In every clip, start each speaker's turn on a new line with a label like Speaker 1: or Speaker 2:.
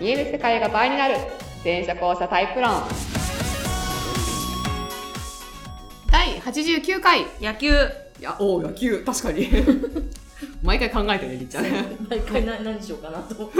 Speaker 1: 見える世界が倍になる全社交差タイプ論第89回
Speaker 2: 野球
Speaker 1: いやおお野球確か に毎回考えてねりっちゃんね
Speaker 2: 毎回な何しようかなと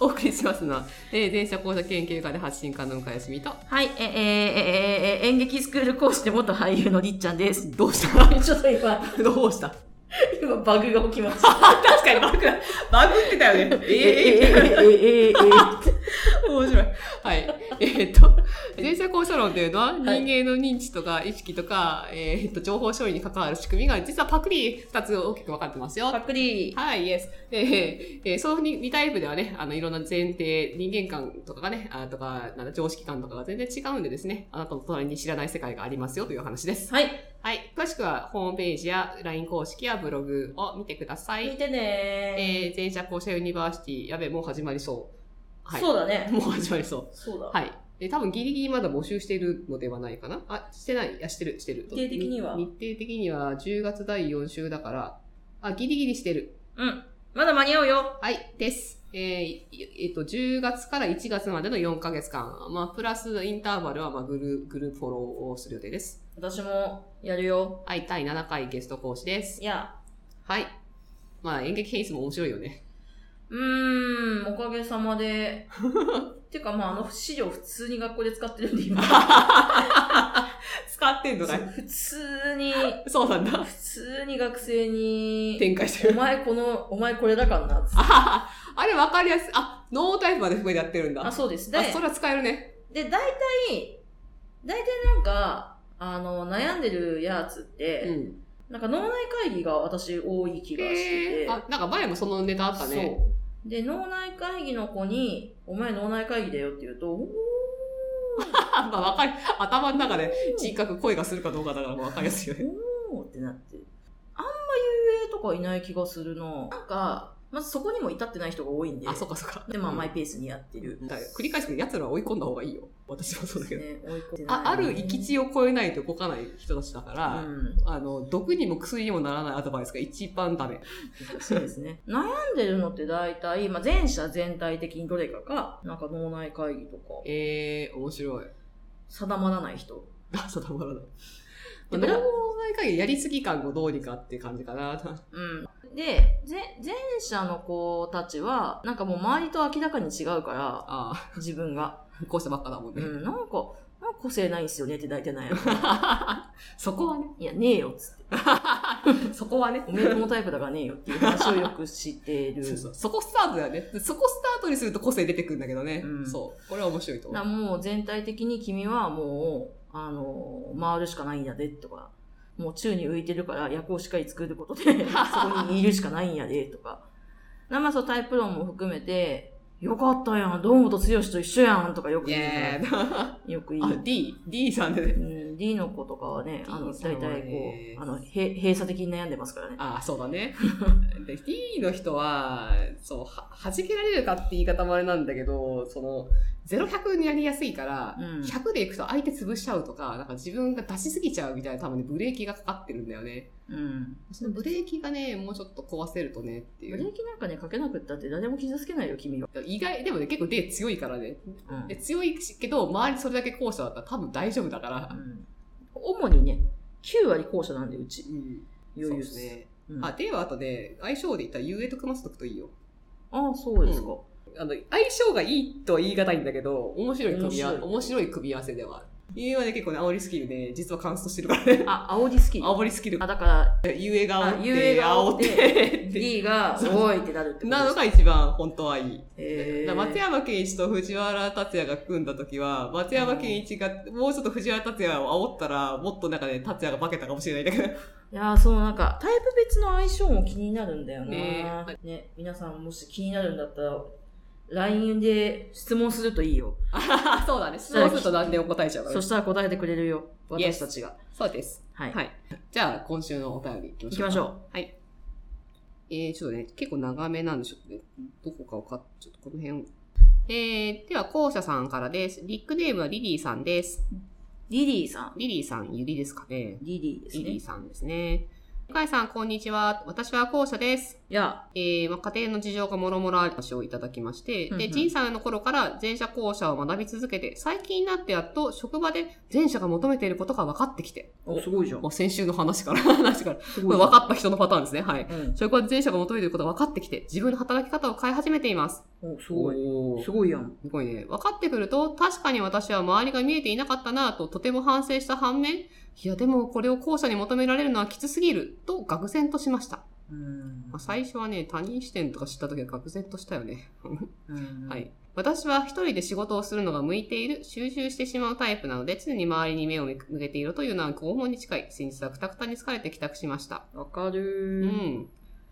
Speaker 1: お送りしますのは、えー、全社交差研究家で発信家の向井みと
Speaker 2: はいええええ演劇スクール講師で元俳優のりっちゃんです
Speaker 1: どうした
Speaker 2: ちょっと今
Speaker 1: どうした
Speaker 2: 今バグが起きま した
Speaker 1: 確かにバグバグってたよ ね
Speaker 2: ええええええ
Speaker 1: 面白い。はい。 えーっと、前者交渉論というのは、人
Speaker 2: い
Speaker 1: 間の認知とか意識とか、えーっと、情報処理に関わる仕組みが、実はパクリ2つ大きく分かってますよ。
Speaker 2: パクリ
Speaker 1: はい、イエス。えーえーその 2, タイプではね、あの、いろんな前提、人間観とかがね、あとか、なんだ、常識観とかが全然違うんでですね、あなたの隣に知らない世界がありますよというお話です。
Speaker 2: はい
Speaker 1: はい。詳しくは、ホームページや LINE 公式やブログを見てくださ
Speaker 2: 見
Speaker 1: い。
Speaker 2: てね
Speaker 1: えー、前者交渉ユニバーシティ、やべ、もう始まりそう。
Speaker 2: ー
Speaker 1: はい。
Speaker 2: そうだね
Speaker 1: もう始まりそう。
Speaker 2: そうだ
Speaker 1: はい。で、多分ギリギリまだ募集しているのではないかな。あ、してない。いや、してる、してる。
Speaker 2: 日程的には
Speaker 1: 日日程的には10月第4週だから、あ、ギリギリしてる。
Speaker 2: うんまだ間に合うよ
Speaker 1: はい、です。えーいえっと、10月から1月までの4ヶ月間。まあ、プラスインターバルは、まあ、グルーグループフォローをする予定です。
Speaker 2: 私もやるよ
Speaker 1: はい、第7回ゲスト講師です
Speaker 2: い。や
Speaker 1: はい。まあ、演劇変質も面白いよ ね。
Speaker 2: うーんおかげさま でてかまああの資料普通に学校で使ってるんで今
Speaker 1: 使ってんのかい
Speaker 2: 普通に
Speaker 1: そうなんだ。
Speaker 2: 普通に学生に
Speaker 1: 展開して
Speaker 2: お
Speaker 1: る。
Speaker 2: 前この、お前これだからなっつって。
Speaker 1: ああれわかりやすい。あ、ノータイプまで含めてやってるんだ。
Speaker 2: あ、そうです。で、
Speaker 1: あ、それは使えるね。
Speaker 2: で、大体、大体なんか、あの、悩んでるやつって、
Speaker 1: う
Speaker 2: なんか脳内会議が私多い気
Speaker 1: ん、
Speaker 2: がしてて、
Speaker 1: あなんか前もそのネタあったね
Speaker 2: そう。で、脳内会議の子に、お前脳内会議だよって言うと、おー
Speaker 1: あ まあわかり頭の中で人格声がするかどうかだからもうわかりやすいよね
Speaker 2: おーってなって、あんま遊泳とかいない気がするな。なんか、まずそこにも至ってない人が多いんで、
Speaker 1: あそっかそっか
Speaker 2: で、まあ、マイ
Speaker 1: っ
Speaker 2: ペースにやってる。
Speaker 1: 繰り返すけど奴らは追い込んだ方がいいよ私もそうだけど、
Speaker 2: ね、追い込んでない
Speaker 1: あある行き地を超えないと動かない人たちだから、
Speaker 2: うん。
Speaker 1: あの毒にも薬にもならないアドバイスが一番ダメ
Speaker 2: そうですね。 悩んでるのって大体、まあ、前者全体的にどれかか、なんか脳内会議とか、
Speaker 1: えー、面白い
Speaker 2: 定まらない人。
Speaker 1: あそうだまらない
Speaker 2: で
Speaker 1: 脳
Speaker 2: も
Speaker 1: 内会議やりすぎ感をどうにかって感じかな。
Speaker 2: うん。で、前前者の子たちは、なんかもう周りと明らかに違うから、
Speaker 1: ああ、
Speaker 2: 自分が。
Speaker 1: こうしたばっかだもん
Speaker 2: う
Speaker 1: ね。
Speaker 2: ん、なんか、なんか個性ないんすよねって大体悩む。
Speaker 1: そこはね。
Speaker 2: いや、ねえよっつって。
Speaker 1: そこはね。
Speaker 2: おめえともタイプだからねえよっていう話をよくして る。
Speaker 1: そうそうそこスタートだよね。そこスタートにすると個性出てくるんだけどね。
Speaker 2: うん
Speaker 1: そう。これは面白いと思
Speaker 2: な
Speaker 1: う。
Speaker 2: もう全体的に君はもう、あの、回るしかないんやでとか、もう宙に浮いてるから役をしっかり作るこ とで、そこにいるしかないんやでとか。なまあそうタイプ論も含めて、よかったやん、堂本剛と一緒やんとかよく
Speaker 1: イ
Speaker 2: 言
Speaker 1: エー
Speaker 2: う
Speaker 1: イ あ、
Speaker 2: から。よく言う。
Speaker 1: D、D さんでね。
Speaker 2: うん、D の子とかはね、あの、
Speaker 1: D さん
Speaker 2: 大
Speaker 1: はね
Speaker 2: 体こう、あの、へ閉鎖的に悩んでますからね。
Speaker 1: あそうだね。 で、D の人は、そう、は、弾けられるかって言い方もあれなんだけど、その、0100になりやすいから、
Speaker 2: うん
Speaker 1: 100でいくと相手潰しちゃうとか、なんか自分が出しすぎちゃうみたいな多分ね、ブレーキがかかってるんだよね。
Speaker 2: うん。
Speaker 1: そのブレーキがね、もうちょっと壊せるとねってい
Speaker 2: ブ
Speaker 1: う
Speaker 2: レ。ーキなんかね、かけなくったって誰も傷つけないよ、君は。
Speaker 1: 意外、でもね、結構 D 強いからね。
Speaker 2: うん
Speaker 1: で強いけど、周りそれだけ後者だったら多分大丈夫だから
Speaker 2: う。ん主にね、9割後者なんで、うち。
Speaker 1: うん、
Speaker 2: 余裕っ
Speaker 1: そうですね。
Speaker 2: うん
Speaker 1: あ、ではあとで、相性で言ったら遊泳と組ませとくといいよ。
Speaker 2: ああ、そうですか。
Speaker 1: あの、相性がいいとは言い難いんだけど、面白い組み合わせ、
Speaker 2: 面白い
Speaker 1: 面白い組み合わせではある。遊泳はね、結構ね、 煽りスキルで、実はカンストしてるからね。
Speaker 2: あ、煽り好き。
Speaker 1: 煽りスキル
Speaker 2: あ、。だから、
Speaker 1: 遊泳が煽っ
Speaker 2: あ遊泳
Speaker 1: て、
Speaker 2: が煽
Speaker 1: 煽
Speaker 2: っ
Speaker 1: ってて、って。
Speaker 2: D が、おいってなるってことです
Speaker 1: なのが一番本当はいい。
Speaker 2: え
Speaker 1: だから松山健一と藤原達也が組んだ時は、松山健一が、もうちょっと藤原達也を煽ったら、もっとなんかね、達也が化けたかもしれないんだけど。
Speaker 2: いやーそのなんか、タイプ別の相性も気になるんだよな、
Speaker 1: ね
Speaker 2: ね皆さんもし気になるんだったら、LINE で質問するといいよ。
Speaker 1: あ そうだね。そうすると何でも答えちゃうから
Speaker 2: そ
Speaker 1: ね。
Speaker 2: したら答えてくれるよ。私たちが。
Speaker 1: そうです。
Speaker 2: はい。
Speaker 1: はい。じゃあ、今週のお便りいきま
Speaker 2: 行
Speaker 1: し
Speaker 2: き
Speaker 1: ょう
Speaker 2: ま
Speaker 1: か。
Speaker 2: しょ
Speaker 1: はい。えー、ちょっとね、結構長めなんでしょっとね。どこかわかっ、ちょっとこの辺。えー、では、校舎さんからです。ニックネームはリリーさんです。
Speaker 2: う。リリーさん。
Speaker 1: リリーさん、ゆりですかね。
Speaker 2: リリーです
Speaker 1: リリー
Speaker 2: ね。
Speaker 1: さんですね。え向井さん、こんにちは。私は後者です。
Speaker 2: いや、
Speaker 1: えーまあ、家庭の事情がもろもろある話をいただきまして、
Speaker 2: うんう
Speaker 1: で、
Speaker 2: ん
Speaker 1: 陳さんの頃から前者後者を学び続けて、最近になってやっと職場で前者が求めていることが分かってきて、
Speaker 2: おすごいじゃん
Speaker 1: まあ、。先週の話から、 話から、こ
Speaker 2: す
Speaker 1: れ
Speaker 2: ごいじゃ
Speaker 1: 分
Speaker 2: ん。
Speaker 1: かった人のパターンですね。はい。
Speaker 2: うん。
Speaker 1: 職場で前者が求めていることが分かってきて、自分の働き方を変え始めています。
Speaker 2: お、すごい。
Speaker 1: おー
Speaker 2: すごいやん。
Speaker 1: すごいね。分かってくると、確かに私は周りが見えていなかったなぁと、とても反省した反面、いやでもこれを後者に求められるのはきつすぎる、と愕然としました。
Speaker 2: うん
Speaker 1: まあ、最初はね、他人視点とか知った時は愕然としたよね。
Speaker 2: うん
Speaker 1: はい。私は一人で仕事をするのが向いている、集中してしまうタイプなので、常に周りに目を向けているというのは拷問に近い。先日はくたくたに疲れて帰宅しました。
Speaker 2: わか
Speaker 1: う
Speaker 2: るー。
Speaker 1: ん。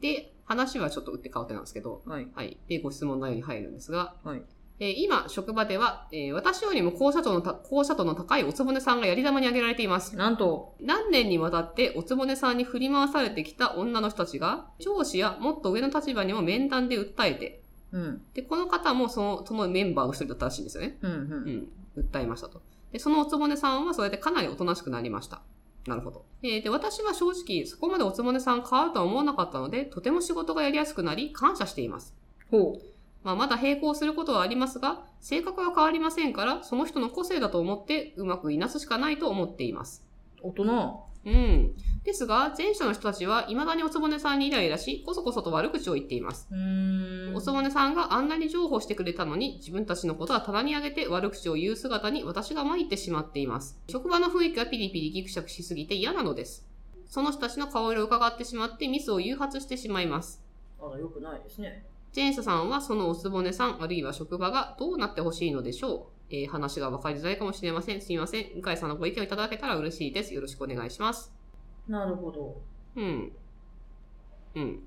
Speaker 1: で、話はちょっと打って変わってなんですけど、
Speaker 2: はい。
Speaker 1: はい。で、ご質問内容に入るんですが、
Speaker 2: はい
Speaker 1: えー今、職場では、えー私よりも高社長のた、高社長の高いおつぼねさんがやり玉に挙げられています。
Speaker 2: なんと、
Speaker 1: 何年にわたっておつぼねさんに振り回されてきた女の人たちが、上司やもっと上の立場にも面談で訴えて、
Speaker 2: うん。
Speaker 1: で、この方もその、そのメンバーの一人だったらしいんですよね。
Speaker 2: うん、
Speaker 1: う
Speaker 2: う
Speaker 1: ん。
Speaker 2: ん。
Speaker 1: 訴えましたと。で、そのおつぼねさんはそれでかなりおとなしくなりました。なるほど。えーで、私は正直、そこまでおつぼねさん変わるとは思わなかったので、とても仕事がやりやすくなり、感謝しています。
Speaker 2: ほう。
Speaker 1: まあ、まだ並行することはありますが、性格は変わりませんから、その人の個性だと思ってうまくいなすしかないと思っています。
Speaker 2: 大人。
Speaker 1: うん。ですが、前者の人たちは未だにおつぼねさんにイライラし、こそこそと悪口を言っています。
Speaker 2: うーん。
Speaker 1: おつぼねさんがあんなに譲歩してくれたのに、自分たちのことは棚に上げて悪口を言う姿に私が参ってしまっています。職場の雰囲気がピリピリギクシャクしすぎて嫌なのです。その人たちの顔色を伺ってしまってミスを誘発してしまいます。
Speaker 2: あら、よくないですね。
Speaker 1: 前者さんはそのおつぼねさん、あるいは職場がどうなってほしいのでしょう、えー話が分かりづらいかもしれません。すみません。向井さんのご意見をいただけたら嬉しいです。よろしくお願いします。
Speaker 2: なるほど。
Speaker 1: うん。うん。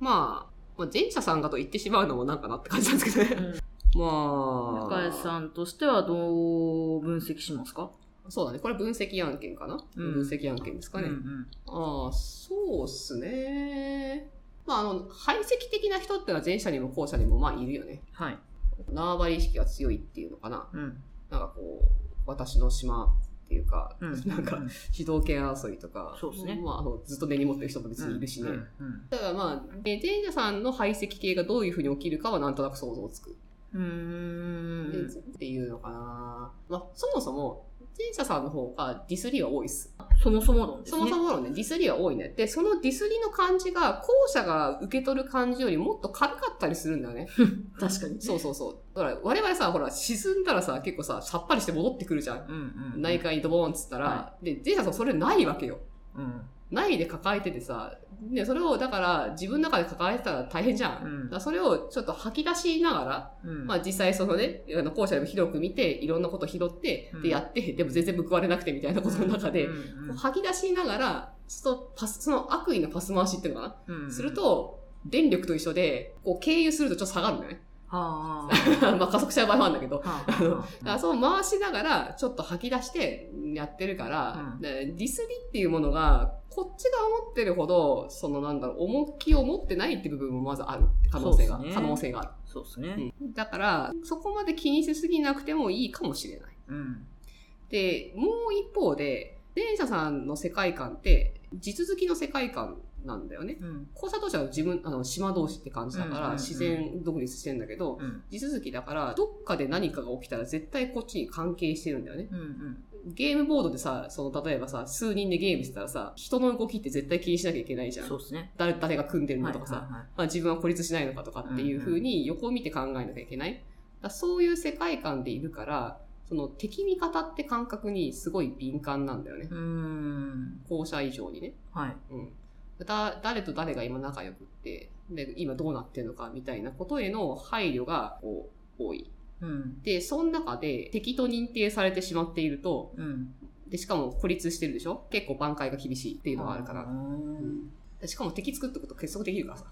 Speaker 1: まあ、まあ、前者さんがと言ってしまうのもなんかなって感じなんですけどね。 まあ。
Speaker 2: 中井さんとしてはどう分析しますか
Speaker 1: そうだね。これ分析案件かな、
Speaker 2: うん
Speaker 1: 分析案件ですかね。
Speaker 2: うん
Speaker 1: ああ、そうっすね。まあ、あの、排斥的な人ってのは前者にも後者にもまあいるよね。
Speaker 2: はい。
Speaker 1: 縄張り意識が強いっていうのかな。
Speaker 2: うん。
Speaker 1: なんかこう、私の島っていうか、
Speaker 2: うん。
Speaker 1: なんか、主導権争いとか、
Speaker 2: そうですね
Speaker 1: まあ、あのずっと根に持ってる人も別にいるしね。
Speaker 2: うんうん
Speaker 1: だからまあ、で前者さんの排斥系がどういうふうに起きるかはなんとなく想像つく。
Speaker 2: うん。
Speaker 1: で
Speaker 2: うーん。
Speaker 1: っていうのかな。まあ、そもそも、前者さんの方がディスりは多いっす。
Speaker 2: そもそも論です
Speaker 1: そ
Speaker 2: ね。
Speaker 1: もそものね、ディスりは多いね。で、そのディスりの感じが、後者が受け取る感じよりもっと軽かったりするんだよね。
Speaker 2: 確かに。
Speaker 1: そうそうそう。だから、我々さ、ほら、沈んだらさ、結構さ、さっぱりして戻ってくるじゃん。
Speaker 2: うんうん。
Speaker 1: 内科にドボーンっつったら、で、ジェイさんさんそれないわけよ。
Speaker 2: うん。
Speaker 1: ないで抱えててさ、ね、それをだから自分の中で抱えてたら大変じゃん。
Speaker 2: うん
Speaker 1: だからそれをちょっと吐き出しながら、
Speaker 2: うん。
Speaker 1: まあ実際そのね、あの校舎でも広く見て、いろんなこと拾って、
Speaker 2: うん
Speaker 1: でやって、でも全然報われなくてみたいなことの中で、
Speaker 2: うん
Speaker 1: こう吐き出しながら、そのパス、その悪意のパス回しっていうのかな、
Speaker 2: うんうん
Speaker 1: する、と、電力と一緒で、こう経由するとちょっと下がるんだよね。
Speaker 2: はあ。
Speaker 1: まあ加速しちゃう場合もあるんだけど、
Speaker 2: はあは
Speaker 1: だか
Speaker 2: あ
Speaker 1: らそう回しながら、ちょっと吐き出してやってるから、
Speaker 2: うん
Speaker 1: でディスりっていうものが、こっちが思ってるほど、そのなんだろう、重きを持ってないって部分もまずある。可能性が、
Speaker 2: そうですね
Speaker 1: 可能性がある。
Speaker 2: そうですね。
Speaker 1: だから、そこまで気にしすぎなくてもいいかもしれない。
Speaker 2: うん。
Speaker 1: で、もう一方で、前者さんの世界観って、地続きの世界観なんだよね。
Speaker 2: うん。
Speaker 1: 交差当社は自分、あの、島同士って感じだか
Speaker 2: うんうんう
Speaker 1: ら、
Speaker 2: ん
Speaker 1: 自然独立してんだけど、
Speaker 2: うん。
Speaker 1: 地続きだから、どっかで何かが起きたら絶対こっちに関係してるんだよね。
Speaker 2: うん。うん。
Speaker 1: ゲームボードでさ、その、例えばさ、数人でゲームしてたらさ、人の動きって絶対気にしなきゃいけないじゃん
Speaker 2: そ。うですね。
Speaker 1: 誰誰が組んでるの
Speaker 2: はい
Speaker 1: と
Speaker 2: は
Speaker 1: か
Speaker 2: い
Speaker 1: さ、
Speaker 2: は
Speaker 1: まあ、自分は孤立しないのかとかっていう風に横を見て考えなきゃいけない。だからそういう世界観でいるから、その敵味方って感覚にすごい敏感なんだよね
Speaker 2: い。う。ーん。
Speaker 1: 校舎以上にね。
Speaker 2: はい。
Speaker 1: うん。だ誰と誰が今仲良くって、で、今どうなってるのかみたいなことへの配慮がこう多い。
Speaker 2: うん。
Speaker 1: で、その中で敵と認定されてしまっていると、
Speaker 2: うん。
Speaker 1: で、しかも孤立してるでしょ結構挽回が厳しいっていうのがあるか
Speaker 2: う
Speaker 1: ら。
Speaker 2: ーん
Speaker 1: でしかも敵作っとくと結束できるからさ。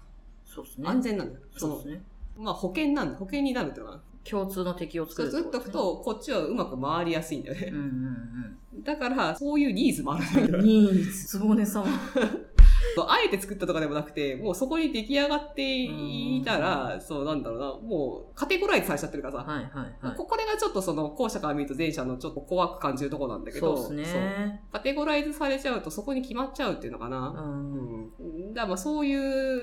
Speaker 2: そうですね。
Speaker 1: 安全なんだよ。そ
Speaker 2: そう
Speaker 1: の
Speaker 2: です、ね。
Speaker 1: まあ保険なんだ。保険になるってのは。
Speaker 2: 共通の敵を作る
Speaker 1: 作っ
Speaker 2: ことで
Speaker 1: く
Speaker 2: すね。
Speaker 1: と、こっちはうまく回りやすいんだよ
Speaker 2: う
Speaker 1: ね。
Speaker 2: んうん
Speaker 1: だから、そういうニーズもあるんだ
Speaker 2: う
Speaker 1: よ。
Speaker 2: ん。ニーズ、つぼね様。
Speaker 1: そうあえて作ったとかでもなくて、もうそこに出来上がっていたら、そうなんだろうな、もうカテゴライズされちゃってるからさ。
Speaker 2: はいはいはい。
Speaker 1: ここれがちょっとその後者から見ると前者のちょっと怖く感じるとこなんだけ
Speaker 2: そ
Speaker 1: ど、
Speaker 2: うです
Speaker 1: そう
Speaker 2: ね。
Speaker 1: カテゴライズされちゃうとそこに決まっちゃうっていうのか
Speaker 2: う
Speaker 1: な。
Speaker 2: ん。
Speaker 1: うん。だからまあそういう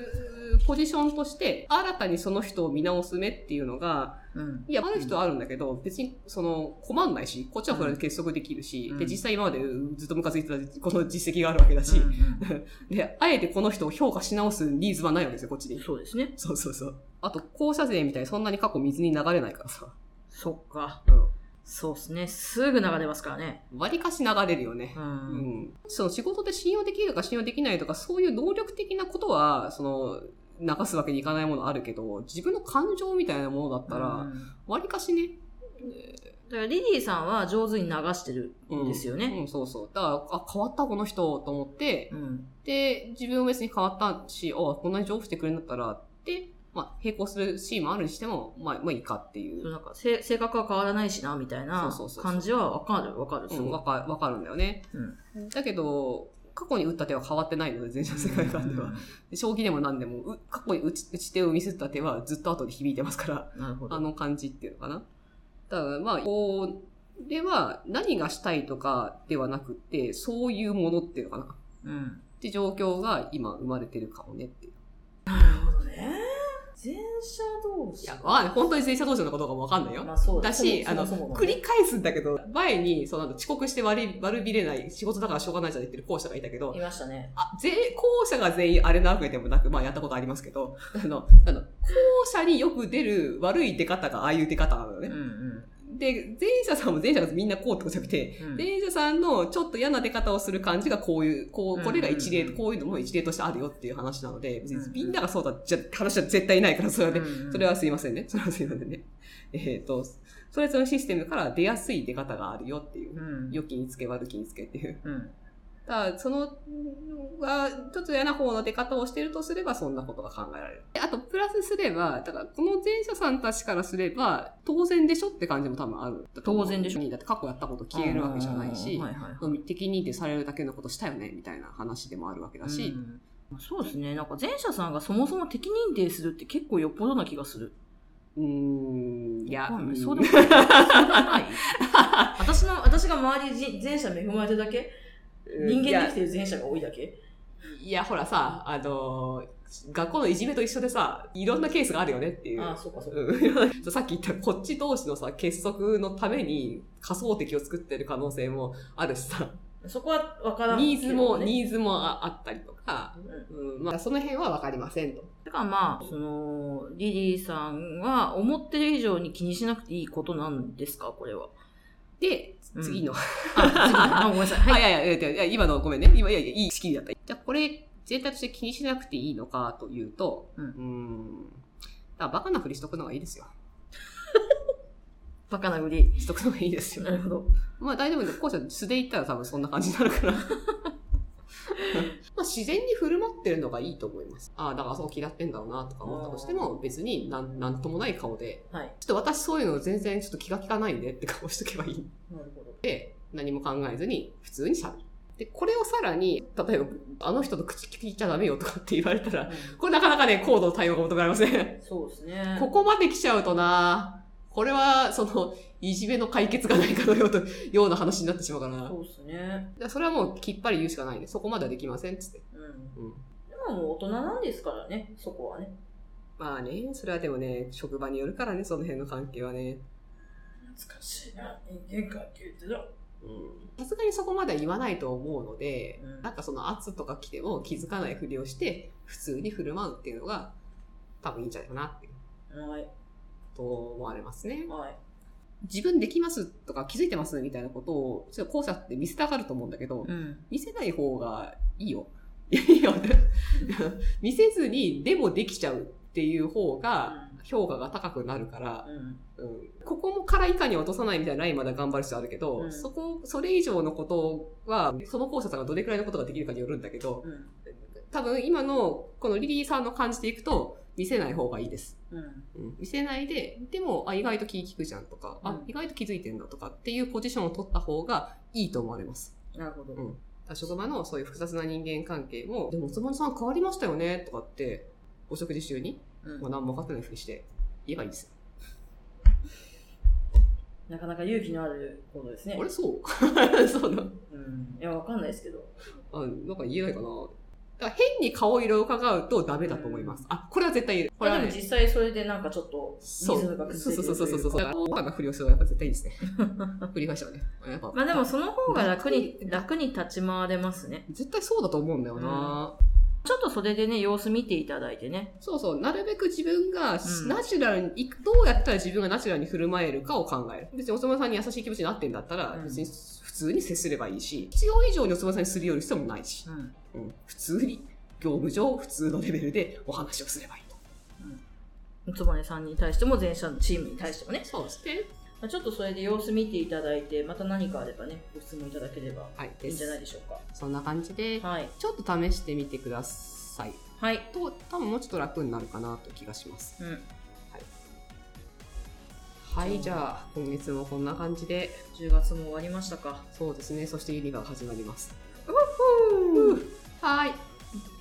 Speaker 1: ポジションとして、新たにその人を見直す目っていうのが、
Speaker 2: うん。
Speaker 1: いや、ある人はあるんだけど、別に、その、困んないし、こっちはこれで結束できるし、
Speaker 2: うん
Speaker 1: で、実際今までずっとムカついてたこの実績があるわけだし、
Speaker 2: うん
Speaker 1: で、あえてこの人を評価し直すニーズはないわけですよ、こっち
Speaker 2: うん
Speaker 1: に。
Speaker 2: そうですね。
Speaker 1: そうそうそう。あと、校舎税みたいにそんなに過去水に流れないからさ。
Speaker 2: そっか。
Speaker 1: うん。
Speaker 2: そうですね。すぐ流れますからね。
Speaker 1: 割かし流れるよね。
Speaker 2: う。
Speaker 1: うんん、その仕事で信用できるか信用できないとか、そういう能力的なことは、その、流すわけにいかないものあるけど、自分の感情みたいなものだった
Speaker 2: う
Speaker 1: ら、
Speaker 2: ん
Speaker 1: 割かしね、
Speaker 2: だからリリーさんは上手に流してるんですよね。
Speaker 1: うん、そうそう。だから、あ、変わったこの人と思って、
Speaker 2: うん。
Speaker 1: で、自分も別に変わったし、あ、こんなに上手してくれるんだったら、って、まあ、並行するシーンもあるにしても、まあ、まあいいかっていう。
Speaker 2: なんかせ性格は変わらないしな、みたいな
Speaker 1: そうそうそうそう
Speaker 2: 感じはわかる、わかる。す
Speaker 1: うん、
Speaker 2: ごい
Speaker 1: わかわかるんだよね。だけど、過去に打った手は変わってないので、全社世界観では。。で将棋でも何でも、う過去に打ち打ち手を見せた手はずっと後で響いてますから、
Speaker 2: うんなるほど。
Speaker 1: あの感じっていうのかな。だから、まあ、こう、では何がしたいとかではなくって、そういうものっていうのかな。っ
Speaker 2: うん。
Speaker 1: て状況が今生まれてるかもねっていう。
Speaker 2: なるほどね。前者同士。
Speaker 1: いや、わかんない本当に前者同士のことかもわかんないよ。
Speaker 2: まあそう
Speaker 1: だし、あの、繰り返すんだけど、前に、そうなんだ、遅刻して悪い、悪びれない、仕事だからしょうがないじゃんって言ってる校舎がいたけど、
Speaker 2: いましたね。
Speaker 1: あ、全、校舎が全員あれなわけでもなく、まあやったことありますけ ど、あの、あの、校舎によく出る悪い出方がああいう出方なのよ
Speaker 2: うん
Speaker 1: ね
Speaker 2: う。ん
Speaker 1: で、前者さんも前者がみんなこうってことじゃなくて、
Speaker 2: うん。
Speaker 1: 前者さんのちょっと嫌な出方をする感じがこういう、こう、これが一例、
Speaker 2: うんうんうん
Speaker 1: こういうのも一例としてあるよっていう話なので、別
Speaker 2: うんう
Speaker 1: に
Speaker 2: ん
Speaker 1: みんながそうだ、じゃ、話は絶対ないから、それはね、
Speaker 2: うんうん
Speaker 1: それはすいませんね。それはすいませんね。 えっ、と、それぞれのシステムから出やすい出方があるよっていう
Speaker 2: う。ん。
Speaker 1: 良きにつけ悪きにつけっていう。
Speaker 2: うん。
Speaker 1: だからその、が、ちょっと嫌な方の出方をしてるとすれば、そんなことが考えられる。であと、プラスすれば、だから、この前者さんたちからすれば、当然でしょって感じも多分ある。
Speaker 2: 当然でしょ
Speaker 1: だって過去やったこと消えるわけじゃないし、
Speaker 2: はいはいはい。
Speaker 1: うん敵認定されるだけのことしたよね、みたいな話でもあるわけだし、
Speaker 2: うんそうですね。なんか前者さんがそもそも敵認定するって結構よっぽどな気がする。
Speaker 1: うーん、いや
Speaker 2: わか、んな
Speaker 1: ん
Speaker 2: いそうでもな い。そうでもない。私の、私が周りに前者恵まれてるだけ人間できてる前者が多いだけ
Speaker 1: いやいや、ほらさ、あのー、学校のいじめと一緒でさ、いろんなケースがあるよねっていう。
Speaker 2: ああ、そうかそうか。
Speaker 1: うんさっき言ったこっち同士のさ、結束のために仮想敵を作ってる可能性もあるしさ、
Speaker 2: そこは分からん
Speaker 1: ニーズも、
Speaker 2: ーズ。
Speaker 1: ニーズもああったりとか、
Speaker 2: うん
Speaker 1: うん、まあその辺はわかりませんと。
Speaker 2: だからまあ、その、リリーさんは思ってる以上に気にしなくていいことなんですかこれは。
Speaker 1: で、次の。
Speaker 2: あ、ごめんなさい。
Speaker 1: あ
Speaker 2: はいい。
Speaker 1: やいやいやいや、今のごめんね。今、いやいや、いい仕切りだった。じゃあこれ、全体として気にしなくていいのかというと、
Speaker 2: うん
Speaker 1: んだからバカなふりしとくのがいいですよ。
Speaker 2: バカなふり。
Speaker 1: しとくのがいいですよ
Speaker 2: な。るほど。
Speaker 1: まあ大丈夫で、校舎素で行ったら多分そんな感じになるから。 まあ自然に振る舞ってるのがいいと思います。ああ、だからそう嫌ってんだろうなとか思ったとしても、別になんなんともない顔で、
Speaker 2: はい。
Speaker 1: ちょっと私そういうの全然ちょっと気が利かないんでって顔しとけばいい。
Speaker 2: なるほど。
Speaker 1: で、何も考えずに普通に喋る。で、これをさらに、例えば、あの人の口聞いちゃダメよとかって言われたら、これなかなかね、高度対応が求められません。
Speaker 2: そうですね。
Speaker 1: ここまで来ちゃうとな、これは、その、いじめの解決がないかのようとような話になってしまうから。
Speaker 2: そうですね。
Speaker 1: だからそれはもうきっぱり言うしかないね。そこまではできませんっつって。
Speaker 2: うん。
Speaker 1: うん。
Speaker 2: でももう大人なんですからね、そこはね。
Speaker 1: まあね、それはでもね、職場によるからね、その辺の関係はね。
Speaker 2: 懐かしいな、人間関係ってな。
Speaker 1: うん。さすがにそこまでは言わないと思うので、
Speaker 2: うん
Speaker 1: なんかその圧とか来ても気づかないふりをして、普通に振る舞うっていうのが、多分いいんじゃないかなって、
Speaker 2: はい、
Speaker 1: と思われますね。
Speaker 2: はい。
Speaker 1: 自分できますとか気づいてますみたいなことを、ちょっと校舎って見せたがると思うんだけど、
Speaker 2: うん。
Speaker 1: 見せない方がいいよ。 いやいいよ。見せずに、でもできちゃうっていう方が、評価が高くなるから、
Speaker 2: うん。
Speaker 1: うん、ここもからいかに落とさないみたいなラインまで頑張る人あるけど、
Speaker 2: うん
Speaker 1: そこ、それ以上のことは、その校舎さんがどれくらいのことができるかによるんだけど、
Speaker 2: うん。
Speaker 1: 多分今のこのリリーさんの感じでいくと、見せない方がいいです。
Speaker 2: うん。
Speaker 1: うん、見せないで、でも、あ、意外と気聞くじゃんとか、
Speaker 2: う
Speaker 1: あ
Speaker 2: ん、
Speaker 1: 意外と気づいてんだとかっていうポジションを取った方がいいと思われます。
Speaker 2: なるほど。
Speaker 1: うん職場のそういう複雑な人間関係も、でも、おつぼねさん変わりましたよねとかって、お食事中に、
Speaker 2: うん
Speaker 1: もう何も分かってないふりして、言えばいいんですよ。
Speaker 2: なかなか勇気のあることですね
Speaker 1: あ。れそう そうなの
Speaker 2: うん。いや、わかんないですけど。
Speaker 1: あ、なんか言えないかな。だから変に顔色を伺うとダメだと思います。あ、これは絶対言える。こ
Speaker 2: これ
Speaker 1: れ
Speaker 2: で
Speaker 1: は
Speaker 2: も
Speaker 1: ね、
Speaker 2: 実際それでなんかちょっと、
Speaker 1: そう。
Speaker 2: リズム
Speaker 1: そ
Speaker 2: が
Speaker 1: うそう
Speaker 2: 崩れて
Speaker 1: そうそ
Speaker 2: るというう
Speaker 1: そう。
Speaker 2: か
Speaker 1: ご飯のふりをするのはやっぱ絶対いい ですね。振り返しはね。やっぱ
Speaker 2: まあでもその方が楽に、楽に立ち回れますね。
Speaker 1: 絶対そうだと思うんだよな、
Speaker 2: ちょっとそれでね、様子見ていただいてね。
Speaker 1: そうそう。なるべく自分がし、
Speaker 2: うん
Speaker 1: ナチュラルに、どうやったら自分がナチュラルに振る舞えるかを考える。別にお相撲さんに優しい気持ちになってんだったら
Speaker 2: う、ん
Speaker 1: 別に普通に接すればいいし、必要以上にお相撲さんにするようにしてもないし、
Speaker 2: うん。
Speaker 1: うん、普通に、業務上普通のレベルでお話をすればいいと。
Speaker 2: つばねさんに対しても、全社のチームに対してもね。
Speaker 1: そうですね。
Speaker 2: まあちょっとそれで様子見ていただいて、また何かあればね、ご質問いただければ
Speaker 1: はい。
Speaker 2: い
Speaker 1: で
Speaker 2: いんじゃない
Speaker 1: す。
Speaker 2: でしょう
Speaker 1: そんな感じで、
Speaker 2: か。はい。
Speaker 1: ちょっと試してみてください。
Speaker 2: はい。
Speaker 1: と、多分もうちょっと楽になるかなという気がします。
Speaker 2: うん。
Speaker 1: はい、じゃあ、今月もこんな感じで、
Speaker 2: 10月も終わりましたか。
Speaker 1: そうですね。そしてユニバが始まります。
Speaker 2: は
Speaker 1: はい。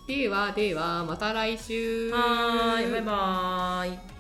Speaker 1: ではでは、また来週。
Speaker 2: ーい。バイバーイ。